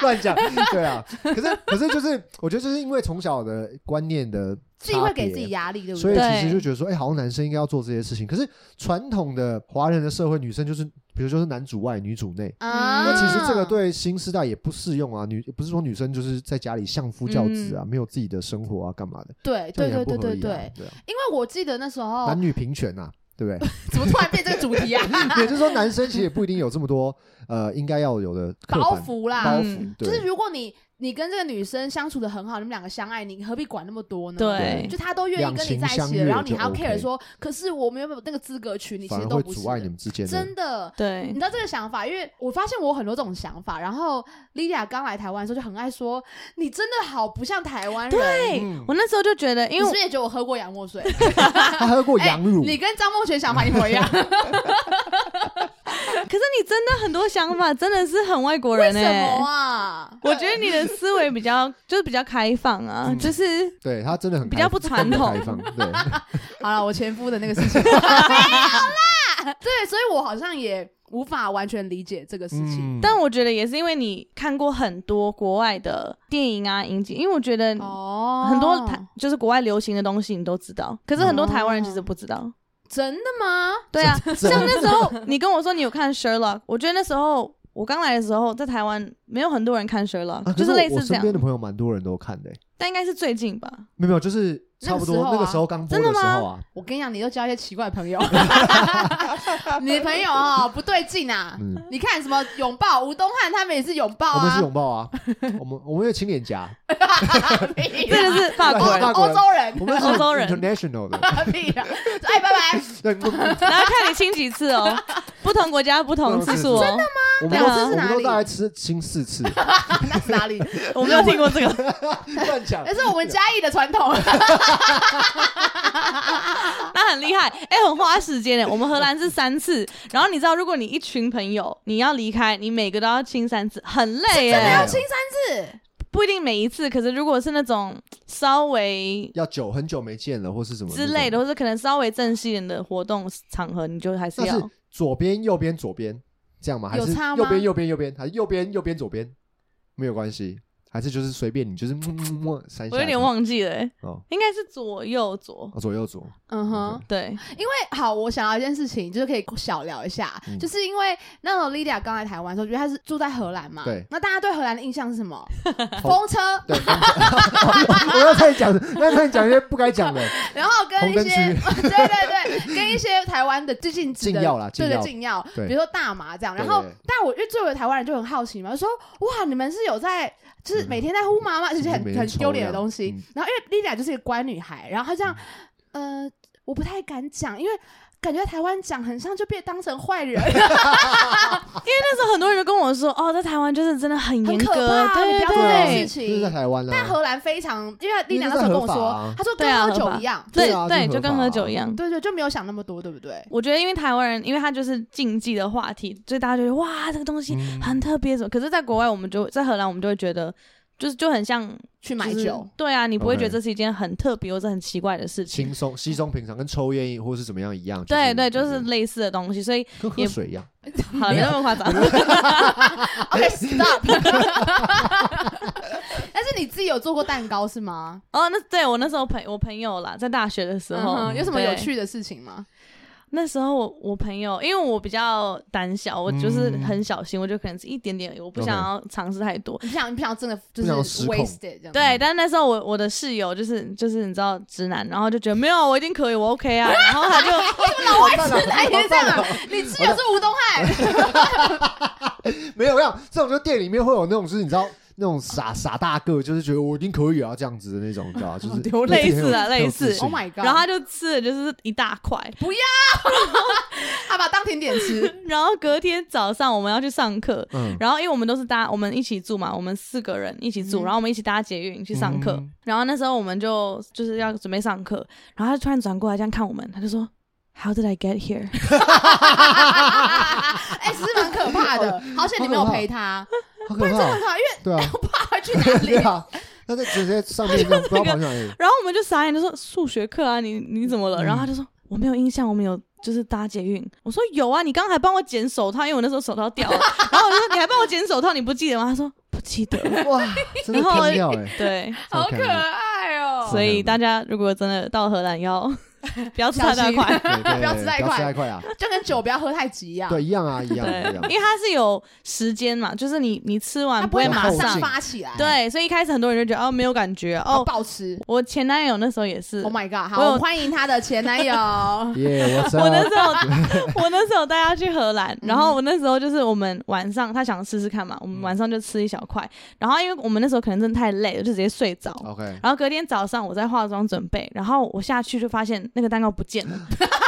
S2: 乱讲。对啊，可是可是就是，我觉得就是因为从小的观念的
S1: 自己会给
S2: 差别
S1: 自己压力，对不
S2: 所以
S1: 对？
S2: 其
S3: 对
S2: 实就觉得说，哎、好像男生应该要做这些事情。可是传统的华人的社会，女生就是，比如说是男主外女主内。
S1: 啊，
S2: 那其实这个对新时代也不适用啊，女不是说女生就是在家里相夫教子啊，没有自己的生活啊，干嘛的？
S1: 对
S2: 这
S1: 嗯对
S2: 样也
S1: 对
S2: 不
S1: 对对
S2: 合理啊
S1: 对，
S2: 对啊，
S1: 因为我记得那时候
S2: 男女平权啊，对不对？
S1: 怎么突然变这个主题 啊？
S2: 也就是说，男生其实也不一定有这么多呃应该要有的刻
S1: 包
S2: 板
S1: 袱
S2: 包
S1: 啦，
S2: 袱，
S1: 就是
S2: 对，
S1: 如果你你跟这个女生相处的很好，你们两个相爱，你何必管那么多呢？
S3: 对
S1: 就她都愿意跟你在一
S2: 两情
S1: 起
S2: 相悦
S1: 了，然后你还要
S2: 就
S1: care
S2: OK
S1: 说，可是我没有那个资格娶你，其
S2: 反
S1: 实
S2: 而
S1: 都
S2: 会
S1: 不是
S2: 阻碍你们之间的
S1: 真的。你
S3: 对
S1: 知，道这个想法，因为我发现我有很多种想法。然后莉莉亚刚来台湾的时候就很爱说：“你真的好不像台湾人。”
S3: 对
S2: 嗯
S3: 我那时候就觉得，
S1: 你
S3: 因
S1: 是
S3: 为
S1: 不是也觉得我喝过洋墨水？
S2: 他喝过羊乳，
S1: 哎你跟张梦泉想法一模一样，
S3: 可是你真的很多想法真的是很外国
S1: 为
S3: 人欸
S1: 什
S3: 呢、
S1: 么啊？
S3: 我觉得你的思维比较 就是比较开放啊，
S2: 嗯
S3: 就是
S2: 对他真的很
S3: 比
S2: 开
S3: 较不传
S2: 真的
S3: 统
S2: 开放，对，
S1: 好了，我前夫的那个事情 没有啦。对，所以我好像也无法完全理解这个 事情。
S2: 嗯
S3: 但我觉得也是因为你看过很多国外的电影啊、影集，因为我觉得
S1: 哦，
S3: 很多台、就是国外流行的东西你都知道，可是很多
S1: 嗯
S3: 台湾人其实不知道。
S2: 哦
S1: 真的吗？
S3: 对啊，
S2: 真
S3: 像那时候你跟我说你有看 Sherlock，我觉得那时候我刚来的时候在台湾没有很多人看 Sherlock，、
S2: 啊可
S3: 就是类
S2: 我
S3: 似这
S2: 身边的
S3: 样，
S2: 朋友蛮多人都看的、欸，
S3: 但应该是 最近吧。
S2: 没有没有，就是差不多
S1: 那个时候啊
S2: 那个时候刚播
S3: 真的
S2: 时
S3: 吗
S2: 候啊，
S1: 我跟你讲，你都交一些奇怪的朋友，你的朋友哦不对劲啊！
S2: 嗯，
S1: 你看什么拥抱吴东汉，他们也是拥抱
S2: 我们
S1: 啊
S2: 是，拥抱啊，我们我们有亲脸颊，
S1: 屁
S3: 这
S1: 啦
S3: 个是法
S2: 对
S3: 国 人，
S2: 法
S1: 欧
S2: 国
S1: 欧
S2: 人
S1: 洲人
S2: 我，们是
S3: 欧洲人
S2: international 的，
S1: 屁啦！哎，拜拜！
S2: 对，我们
S3: 然后看你亲几次哦，不同国家不同次 数哦。真的吗？
S2: 我们
S3: 对
S2: 都
S3: 啊
S2: 我们
S1: 这
S2: 都
S1: 是哪里
S2: 大概吃亲 四次，
S1: 那是哪里？
S3: 我没有听过这个。
S2: 乱讲
S1: 那。是我们嘉义的传统。
S3: 那很厉害，哎、很花时间的。我们荷兰是三次，然后你知道，如果你一群朋友你要离开，你每个都要亲三次，很累
S2: 真的
S3: 耶
S2: 要。
S1: 要亲三次，
S3: 不一定每一次，可是如果是那种稍微
S2: 要久很久没见了，或是什么
S3: 之类
S2: 那
S3: 的，
S2: 种，
S3: 或者可能稍微正式一点的活动场合，你就还是
S2: 那
S3: 要
S2: 是左边右边左边这样吗？还
S1: 有
S2: 是
S1: 差吗
S2: 右边右边右边，还是右边右边左边？没有关系，还是就是随便你，就是 摸摸摸三下。
S3: 我有点忘记了、哎
S2: 哦，
S3: 应该是左右左。
S2: 哦左右左，
S1: 嗯哼。
S3: 对，
S1: 因为好，我想到一件事情，就是可以小聊一下，
S2: 嗯
S1: 就是因为那时候 Lydia 刚来台湾的时候，觉得她是住在荷兰嘛，
S2: 对
S1: 那大家对荷兰的印象是什 么？风车，
S2: 对， 我要再讲，我要再讲一些不该 讲的，
S1: 然后跟一些
S2: 红
S1: 对对对，跟一些台湾的最近止的
S2: 禁药啦
S1: 对
S2: 禁
S1: 对
S2: 药
S1: 禁药，
S2: 对
S1: 比如说大麻这样。然后，
S2: 对对对
S1: 但我因为作为台湾人就很好奇嘛，就说哇，你们是有在就是
S2: 嗯
S1: 每天在呼麻吗？这些
S2: 每
S1: 很
S2: 天
S1: 很
S2: 抽
S1: 丢脸的
S2: 这样
S1: 东西
S2: 嗯。
S1: 然后因为 Lydia 就是一个乖女孩，然后她这样，呃，我不太敢讲，因为。感觉在台湾讲很像就被当成坏人，
S3: 那时候很多人就跟我说，哦，在台湾就是真的很
S1: 很
S3: 严
S1: 可
S3: 格，
S1: 怕，你
S3: 对
S1: 不要做这件事
S3: 对
S2: 就是在
S1: 情。
S2: 台湾 啦。啊
S1: 但荷兰非常，因为丽
S2: 因为
S1: 娘
S2: 这
S1: 那时候跟
S2: 合
S1: 我
S2: 法
S1: 说
S2: 啊，
S1: 她说
S3: 对
S1: 跟
S3: 啊
S1: 喝酒
S3: 合法
S1: 一样，
S2: 对
S3: 对
S2: 啊
S3: 对，
S2: 这
S3: 就
S2: 合
S3: 跟
S2: 法
S3: 喝
S2: 啊
S3: 酒一样。
S1: 对对，就没有想那么多，对不对？
S3: 我觉得因为台湾人，因为他就是禁忌的话题，所以大家就觉得哇，这个东西
S2: 嗯
S3: 很特别什么。可是，在国外，我们就在荷兰，我们就会觉得，就是就很像
S1: 去买
S3: 就是
S1: 酒，
S3: 对啊，你不会
S2: 哦 OK
S3: 觉得这是一件很特别或者很奇怪的事情
S2: 轻。松、稀松平常，跟抽烟或是怎么样一样。
S3: 对对，
S2: 对，
S3: 就是类似的东西， 所以
S2: 跟喝
S3: 也
S2: 水一样。
S3: 好了，没那么夸张。
S1: OK stop 。但是你自己有做过蛋糕是吗？
S3: 哦，那对我那时候朋我朋友啦，在大学的时候，
S1: 嗯哼有什么
S3: 对
S1: 有趣的事情吗？
S3: 那时候我我朋友，因为我比较胆小，我就是
S2: 嗯
S3: 很小心，我就可能是一点点，我不想
S2: OK
S3: 要尝试太多。
S1: 你不想你不想真的就
S2: 不
S1: 是
S2: 想失控
S1: wasted 这样？
S3: 对，但是那时候我我的室友就是就是你知道直男，然后就觉得没有，我一定可以，我 OK 啊，然后他 就
S1: 老外痴男也
S2: 完
S1: 是这
S2: 蛋
S1: 样
S2: 了
S1: 啊！你室友是吴东汉，
S2: 没有，我想这种就店里面会有那种，就是你知道那种傻傻大个，就是觉得我一定可以啊这样子的那种，你知道吧 就是
S3: 丢类似啊类似
S1: ，Oh my god！
S3: 然后他就吃了就是一大块，
S1: 他把它当甜点吃，
S3: 然后隔天早上我们要去上课，
S2: 嗯，
S3: 然后因为我们都是搭我们一起住嘛，我们四个人一起
S1: 嗯
S3: 住，然后我们一起搭捷运去上课，
S2: 嗯
S3: 然后那时候我们就就是要准备上课，然后他突然转过来这样看我们，他就说。How did I get here？
S1: 哎、其实蛮可怕的。
S2: 哦
S1: 好险你没有陪他，
S2: 好
S1: 不
S2: 可
S1: 然真的很，
S2: 怕
S1: 可怕，因为
S2: 对啊，
S1: 我怕他去哪
S2: 对
S1: 里。
S2: 啊，那在直接 上面这样不要跑去哪里，
S3: 然后我们就傻眼，就说数学课啊，你你怎么了？然后他
S1: 嗯
S3: 就说我没有印象，我们有就是搭捷运。我说有啊，你刚才帮我捡手套，因为我那时候手套掉了。然后我就说你还帮我捡手套，你不记得吗？他说不记 得。
S2: 哇，真的
S3: 然后
S2: 疯掉哎，
S3: 对，
S1: 好可爱哦、
S3: 所以大家如果真的到荷兰要 不要吃太大块，
S2: 对对对
S1: 不要吃太
S2: 不要
S1: 快
S2: 吃太快啊，
S1: 就跟酒不要喝太急一样，
S2: 对，一样啊，一样一
S3: 对
S2: 样，，
S3: 因为它是有时间嘛，就是你你吃
S1: 他
S3: 完
S1: 不
S3: 不
S1: 会
S3: 会
S1: 马
S3: 马
S2: 后
S1: 上
S2: 劲
S3: 上。
S1: 发起来，，
S3: 对，所以一开始很多人就觉得哦没有感觉
S1: 哦，
S3: 哦。
S1: 暴吃。
S3: 我前男友那时候也是
S1: Oh my god！
S3: 我有
S1: 好，欢迎他的前男 友。
S2: 耶，我
S3: 我那
S2: 操，
S3: 时
S2: 啊
S3: 候， 我那时候带他去荷兰，
S1: 嗯
S3: 然后我那时候就是我们晚上，他想试试看嘛，我
S2: 嗯
S3: 们晚上就吃一小块，然后因为我们那时候可能真的太累了，就直接睡着。
S2: OK，
S3: 然后隔天早上我在化妆准备，然后我下去就发现那个蛋糕不见了，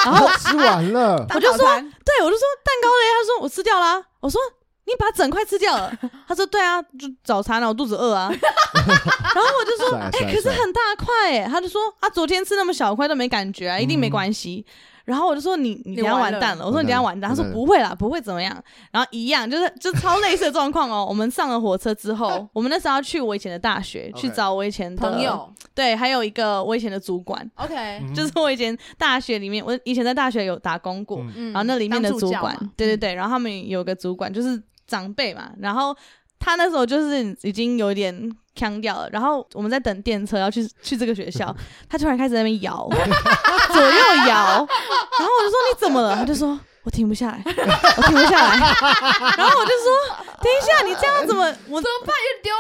S2: 然后吃 完了，
S3: 我就
S1: 当
S3: 说
S1: 早餐
S3: 对我就说蛋糕嘞，他说我吃掉啦、我说你把整块吃 掉了，他说对啊，就早餐了，我肚子饿啊，然后我就说
S2: 帅
S3: 哎、
S2: 帅
S3: 可是
S2: 帅
S3: 很大块哎、他就说啊，昨天吃那么小块都没感觉啊，一定没关系。然后我就说你
S1: 嗯
S3: 你
S1: 你
S3: 等下
S1: 完
S3: 完
S1: 了
S3: 蛋了，我说你等下完蛋，
S2: 完
S3: 他说
S2: 蛋了
S3: 不会啦，不会怎么样。然后一样就是就超类似的状况哦。我 们上了火车之后，我们那时候要去我以前的大学去
S2: OK
S3: 找我以前的
S1: 嗯朋，友
S3: 对，还有一个我以前的主管，
S1: ，OK，
S2: 嗯
S3: 就是我以前大学里面，我以前在大学有打工过，
S2: 嗯
S1: 嗯，
S3: 然后那里面的
S1: 当助
S3: 主
S1: 教
S3: 管
S1: 嘛，嗯
S3: 对对对，然后他们有个主管就是长辈嘛，然后他那时候就是已经有点腔掉了，然后我们在等电车要去去这个学校，他突然开始在那边摇，左右摇，然后我就说你怎么了？他就说。我停不下来，我停不下来。然后我就说：“等一下，你这样怎么我
S1: 怎么办？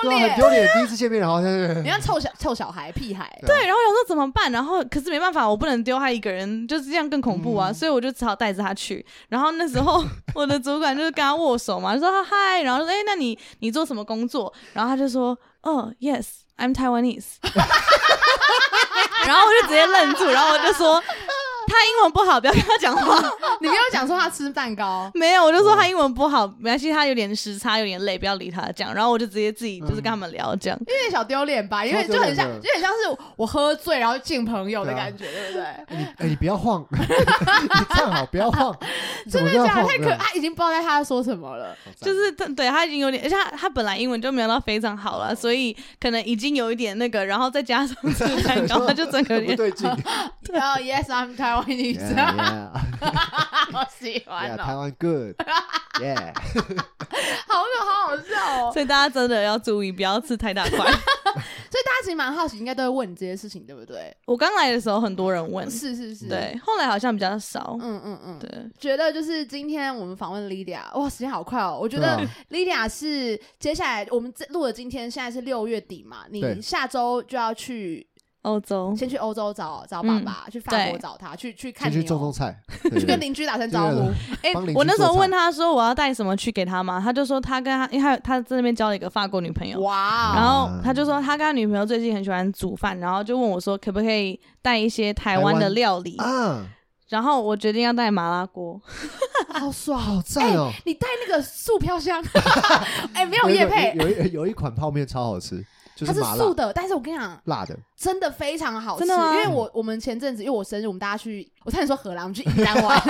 S1: 有
S2: 对
S1: 点
S2: 啊，很
S1: 丢脸。
S2: 丢脸，第一次见面，然后现在
S1: 你看臭小臭小孩屁孩，
S2: 对
S3: 对，然后我想说怎么办，然后可是没办法，我不能丢他一个人，就是这样更恐怖啊，所以我就只好带着他去。然后那时候我的主管就是跟他握手嘛，就说他嗨，然后说哎、那你你做什么工作？然后他就说，哦，yes，I'm Taiwanese。然后我就直接愣住，然后我就说他英文不好，不要跟他讲话。
S1: 你没有讲说他吃蛋糕，
S3: 没有，我就说他英文不好，没关系，他有点时差，有点累，不要理他这样。然后我就直接自己就是跟他们聊这样。
S1: 有点小丢脸吧？因为
S3: 哦
S2: 超丢
S1: 就很
S2: 脸
S1: 像，
S2: 的
S1: 有点像是我喝醉然后敬朋友的
S2: 对啊
S1: 感觉，对不对？
S2: 你哎，你不要 晃，你站好，不要晃，你
S1: 真
S2: 怎么
S1: 的
S2: 这样
S1: 假的？
S2: 晃？
S1: 太可爱，已经不知道在他在说什么 了。
S3: 就是他对他已经有点，而且他他本来英文就没有到非常好了，所以可能已经有一点那个，然后再加上这个蛋 糕，他就整个有
S2: 不
S3: 点
S2: 对 劲。
S1: 哦，Yes, I'm Taiwanese，
S2: Yeah，
S1: 好喜欢哦，
S2: 台湾 good。Yeah，
S1: 好可好好笑哦。
S3: 所以大家真的要注意，不要吃太大 块。
S1: 所以 大家其实蛮好奇，应该都会问你这些事情，对不对？
S3: 我刚来的时候很多人问，
S1: 是是是，，
S3: 对，后来好像比较少。
S1: 嗯嗯嗯。
S3: 对，
S1: 觉得就是今天我们访问 Lydia，哇，时间好快哦！我觉得
S2: 对啊
S1: Lydia 是接下来我们这录的今天现在是六月底嘛，你
S2: 对
S1: 下周就要去
S3: 欧洲
S1: 先去欧洲找找爸爸，去法国找他，去去看
S2: 先
S1: 牛，
S2: 去种种菜，
S1: 去跟邻居打声招
S2: 对
S1: 呼
S2: 对。
S3: 哎、
S2: 帮邻居
S3: 我那时候
S2: 做菜
S3: 问他说我要带什么去给他嘛，他就说他跟他，因为他有他在那边交了一个法国女朋友，
S1: 哇
S3: 然
S1: 哦，
S3: 后他就说他跟他女朋友最近很喜欢煮饭，然后就问我说可不可以带一些台湾
S2: 台
S3: 的
S2: 湾
S3: 料理，
S2: 啊，
S3: 然后我决定要带麻辣锅。
S1: 好爽！
S2: 好赞哦！
S1: 你带那个素飘 香，哎，没有叶配，
S2: 有一有一有一款泡面超好吃，就
S1: 它是
S2: 麻辣
S1: 素的，但是我跟你讲，
S2: 辣的，
S1: 真的非常好吃。
S3: 真的吗
S1: 因为我我们前阵子因为我生日，我们大家去，我差点说荷兰，我们去宜兰 玩。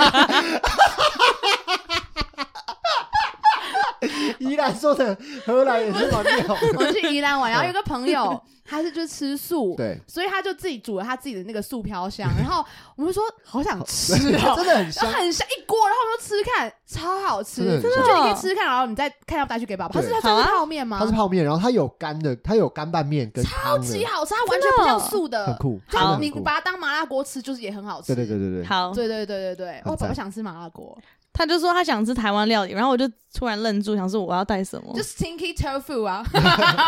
S2: 宜兰说的荷兰也是蛮妙
S1: 我
S2: 的。
S1: 们去宜兰玩，然后有个朋 友他是就是吃素，
S2: 对，
S1: 所以他就自己煮了他自己的那个素飘 香，然后我们就说好想吃哦。
S2: 真的很
S1: 然
S2: 香
S1: 后，很香一锅，然后我们就吃看，超好吃，
S2: 真的很
S1: 就
S2: 香
S1: 你可以吃吃看，然后你再看要不要带去给爸爸。它
S2: 对
S1: 是它算是
S3: 好啊
S1: 泡面吗？
S2: 它是泡面，然后它有干的，它有干拌面跟
S1: 超
S2: 汤
S1: 级
S2: 的，
S1: 好吃，它完
S3: 真
S1: 全
S3: 的
S1: 不
S3: 哦
S1: 像素
S2: 很
S1: 的，
S2: 酷，真的
S1: 就
S2: 很
S1: 你
S2: 酷
S1: 把它当麻辣锅吃，就是也很好吃。
S2: 对对对对对，
S3: 好，
S1: 对对对对对
S2: 很
S1: 我爸爸
S2: 赞
S1: 想吃麻辣锅，
S3: 他就说他想吃台湾料理，然后我就突然愣住，想说我要带什么
S2: 哦
S1: 就？stinky tofu 啊，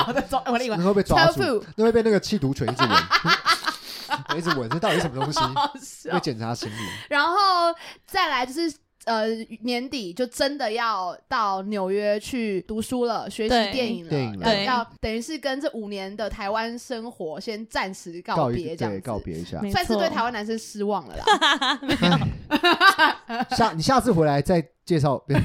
S1: 我的中我的英文
S2: 那会被抓住，
S1: tofu，
S2: 那会被那个缉毒犬一直 闻， 一直闻，这到底什么东西？
S1: 好
S2: 会
S1: 笑。
S2: 检查行李，
S1: 然后再来就是呃年底就真的要到纽约去读书了，学习
S3: 对
S1: 电影
S2: 电影
S1: 了，
S3: 了
S1: 要要等于是跟这五年的台湾生活先暂时告
S2: 告一
S1: 别，这样
S2: 对
S1: 子
S2: 告，别一下。
S3: 没
S1: 算是对
S3: 错
S1: 台湾男生失望了啦。
S2: 下你下次回来再介绍， 对
S1: 为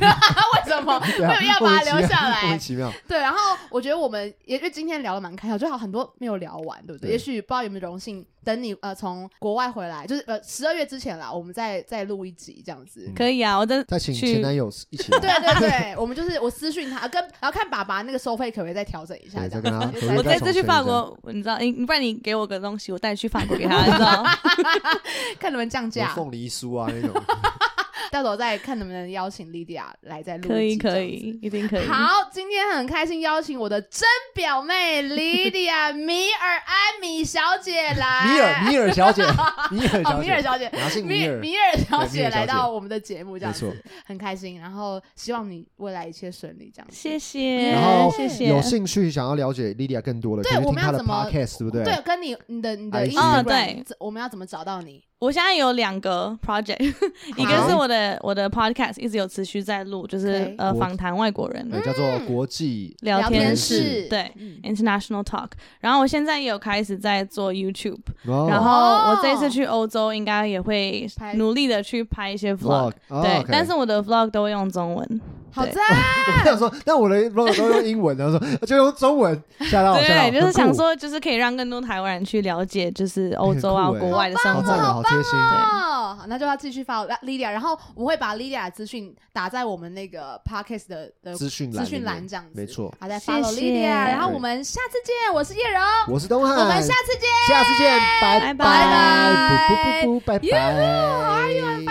S1: 什么
S2: 啊
S1: 没有要把它留下
S2: 莫名
S1: 来？
S2: 其妙。
S1: 对，然后我觉得我们也就今天聊的蛮开心，我觉得好很多没有聊完，对不对？
S2: 对
S1: 也许不知道有没有荣幸，等你呃从国外回来，就是呃十二月之前啦，我们再再录一集这样
S2: 嗯
S1: 子。
S3: 可以啊，我再
S2: 再请
S3: 去
S2: 前男友一起来，
S1: 对 对对，我们就是我私讯他，跟然后看爸爸那个收费可不可以再调整一下，
S2: 对
S1: 这
S2: 再
S1: 样
S2: 跟
S1: 子
S2: 他合
S1: 再
S2: 约
S3: 我
S2: 再
S3: 这次去
S2: 重
S3: 法
S2: 申一下
S3: 国，你知道，你不然你给我个东西，我带你去法国给他，你 知道？
S1: 看能不能降
S2: 什么
S1: 价，
S2: 凤梨酥啊那种。
S1: 到时候再看能不能邀请莉迪亚来再录
S3: 可
S1: 一
S3: 以
S1: 集这样
S3: 可
S1: 子。
S3: 以，一定可以。
S1: 好，今天很开心邀请我的真表妹 Lydia 米尔安米小姐来，
S2: 米尔米尔 小姐，米尔
S1: 哎哦
S2: 小
S1: 米尔
S2: 姐，
S1: 小姐，
S2: 雅姓
S1: 米
S2: 米
S1: 尔
S2: 尔，
S1: 米尔小
S2: 对米
S1: 姐
S2: 尔小
S1: 来
S2: 姐
S1: 到我们的节目，这
S2: 没
S1: 样子
S2: 错。
S1: 很开心。然后希望你未来一切顺利，这样子。
S3: 谢谢，
S2: 然后
S3: 谢谢。
S2: 有兴趣想要了解莉莉亚更多的，
S1: 哎对
S2: 可以去
S1: 我
S2: 听
S1: 们要
S2: 她的
S1: 怎么
S2: podcast，对不对？
S1: 对，跟你你的你的
S2: IG
S3: 哦
S1: Instagram，
S3: 对
S1: 这我们要怎么找到你？
S3: 我现在有两个 project，一 个是我的我的 podcast 一直有持续在录，就是
S1: OK
S3: 呃
S2: 我
S3: 访谈外国人
S2: 对，叫做国际
S3: 聊天
S2: 天
S3: 室，
S2: 室
S3: 对
S1: 嗯
S3: international talk。然后我现在也有开始在做 YouTube，
S2: 哦
S3: 然后
S1: 哦
S3: 我这一次去欧洲应该也会
S1: 拍
S3: 努力的去拍一些 vlog，
S2: vlog，哦
S3: 对
S2: OK，
S3: 但是我的 vlog 都会用中文。
S1: 好
S3: 对
S1: 赞！
S2: 我想说，但我的 vlog 都用英文，然后说呃就用中文，吓到，吓
S3: 对，
S2: 到
S3: 就是
S2: 很
S3: 想
S2: 酷
S3: 说，就是可以让更多台湾人去了解，就是欧洲啊、
S2: 很酷欸
S3: 国外的生
S2: 好
S3: 活
S2: 赞。啊，好贴心，
S1: 哦，好那就要继续 follow Lydia，然后我会把 Lydia 的资讯打在我们那个 podcast 的的
S2: 资讯栏
S1: 资
S2: 里面，
S1: 讯栏这样子，
S2: 没错。
S1: 好，再
S3: 谢
S1: follow
S3: 谢
S1: Lydia，然后
S2: 对
S1: 我们下次见，我是叶柔，
S2: 我是东汉，
S1: 我们下次见，
S2: 下次见，拜
S3: 拜
S2: 拜，
S1: 拜
S2: 不不不不，拜
S1: 哟
S2: 拜
S1: ，Are you on